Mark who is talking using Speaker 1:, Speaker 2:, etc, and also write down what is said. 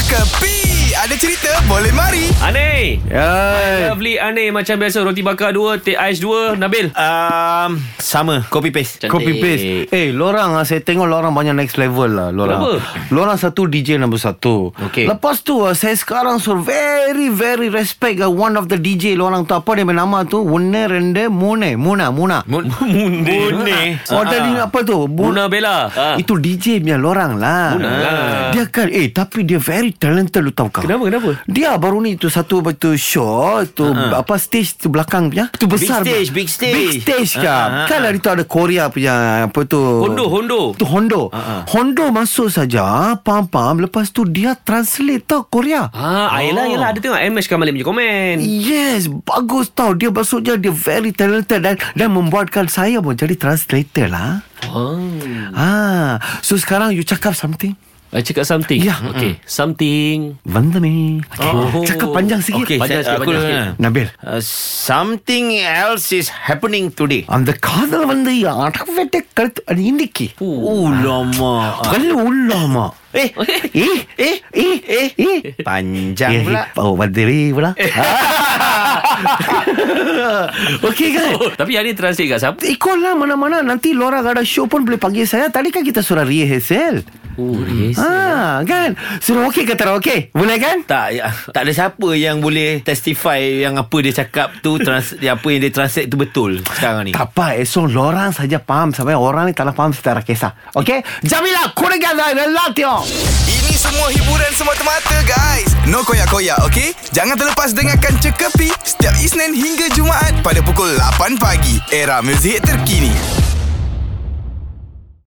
Speaker 1: Kepi Ada cerita boleh mari
Speaker 2: Aneh
Speaker 3: Hai.
Speaker 2: Lovely Aneh Macam biasa Roti bakar dua Teh ais dua Nabil
Speaker 4: Um, sama Copy paste
Speaker 2: Cantik.
Speaker 3: Copy paste Eh lorang lah Saya tengok lorang banyak next level lah Lorang
Speaker 2: Kenapa?
Speaker 3: Lorang satu DJ nombor satu
Speaker 2: Okey.
Speaker 3: Lepas tu ah, Saya sekarang so Very very respect ah, One of the DJ Lorang tu Apa dia punya nama tu Wune Rende Mune Muna Muna
Speaker 4: Mun Munde Munde
Speaker 3: Oh tadi apa tu
Speaker 2: Ah.
Speaker 3: Bu-
Speaker 2: Muna Bella ha.
Speaker 3: Itu DJ punya lorang lah
Speaker 2: Muna lah.
Speaker 3: Dia kan Eh tapi dia very talented Lu tahu kau
Speaker 2: Kenapa kenapa
Speaker 3: Dia baru ni tu satu tu show tu uh-huh. apa stage tu belakang punya tu besar
Speaker 4: stage, big stage.
Speaker 3: big stage kan uh-huh. kan hari tu ada Korea punya apa tu
Speaker 2: Hondo, Hondo.
Speaker 3: tu Hondo uh-huh. Hondo masuk saja pam pam lepas tu dia translate tau Korea Oh,
Speaker 2: Ah, oh. Yelah, yelah Ada tengok MS Kamalim punya komen
Speaker 3: Yes Bagus tau Dia maksudnya Dia very talented Dan dan membuatkan saya pun Jadi translator lah
Speaker 2: oh.
Speaker 3: ah. So sekarang you cakap something
Speaker 2: I cakap something
Speaker 3: Ya.
Speaker 2: Okay Something
Speaker 3: Vandami
Speaker 2: Oh.
Speaker 3: Cakap panjang sikit
Speaker 4: Okay,
Speaker 2: Panjang
Speaker 4: saya,
Speaker 2: sikit,
Speaker 4: aku
Speaker 2: panjang sikit.
Speaker 4: dah-
Speaker 3: Nabil
Speaker 4: Uh, something else is happening today.
Speaker 3: அந்த காதல் வந்து அடவெட்ட கருத்து அது இன்னைக்கு
Speaker 4: Ulama.
Speaker 3: கல்லு உள்ளாமா
Speaker 4: Eh,
Speaker 3: ஏ ஏ ஏ ஏ ஏ
Speaker 4: panjang pula.
Speaker 3: Oh, mandiri pula. Okey kan?
Speaker 2: oh, Tapi yang ni translate kat siapa
Speaker 3: Ikut lah mana-mana Nanti Laura ada show pun boleh panggil saya Tadi kan kita sudah rehearsal
Speaker 2: Oh yes
Speaker 3: ah, Kan Suruh okey ke tak okey Boleh kan?
Speaker 4: Tak ya, tak ada siapa yang boleh testify yang apa dia cakap tu trans, yang apa yang dia translate tu betul sekarang ni.
Speaker 3: Tak apa Esok Laura saja faham Sampai orang ni tak faham secara kisah Okey? Jamila Kurega dan Relatio
Speaker 1: Ini semua hiburan semata-mata guys No koyak-koyak ok Jangan terlepas dengarkan Cekapi Setiap Isnin hingga Jumaat Pada pukul 8 pagi Era muzik terkini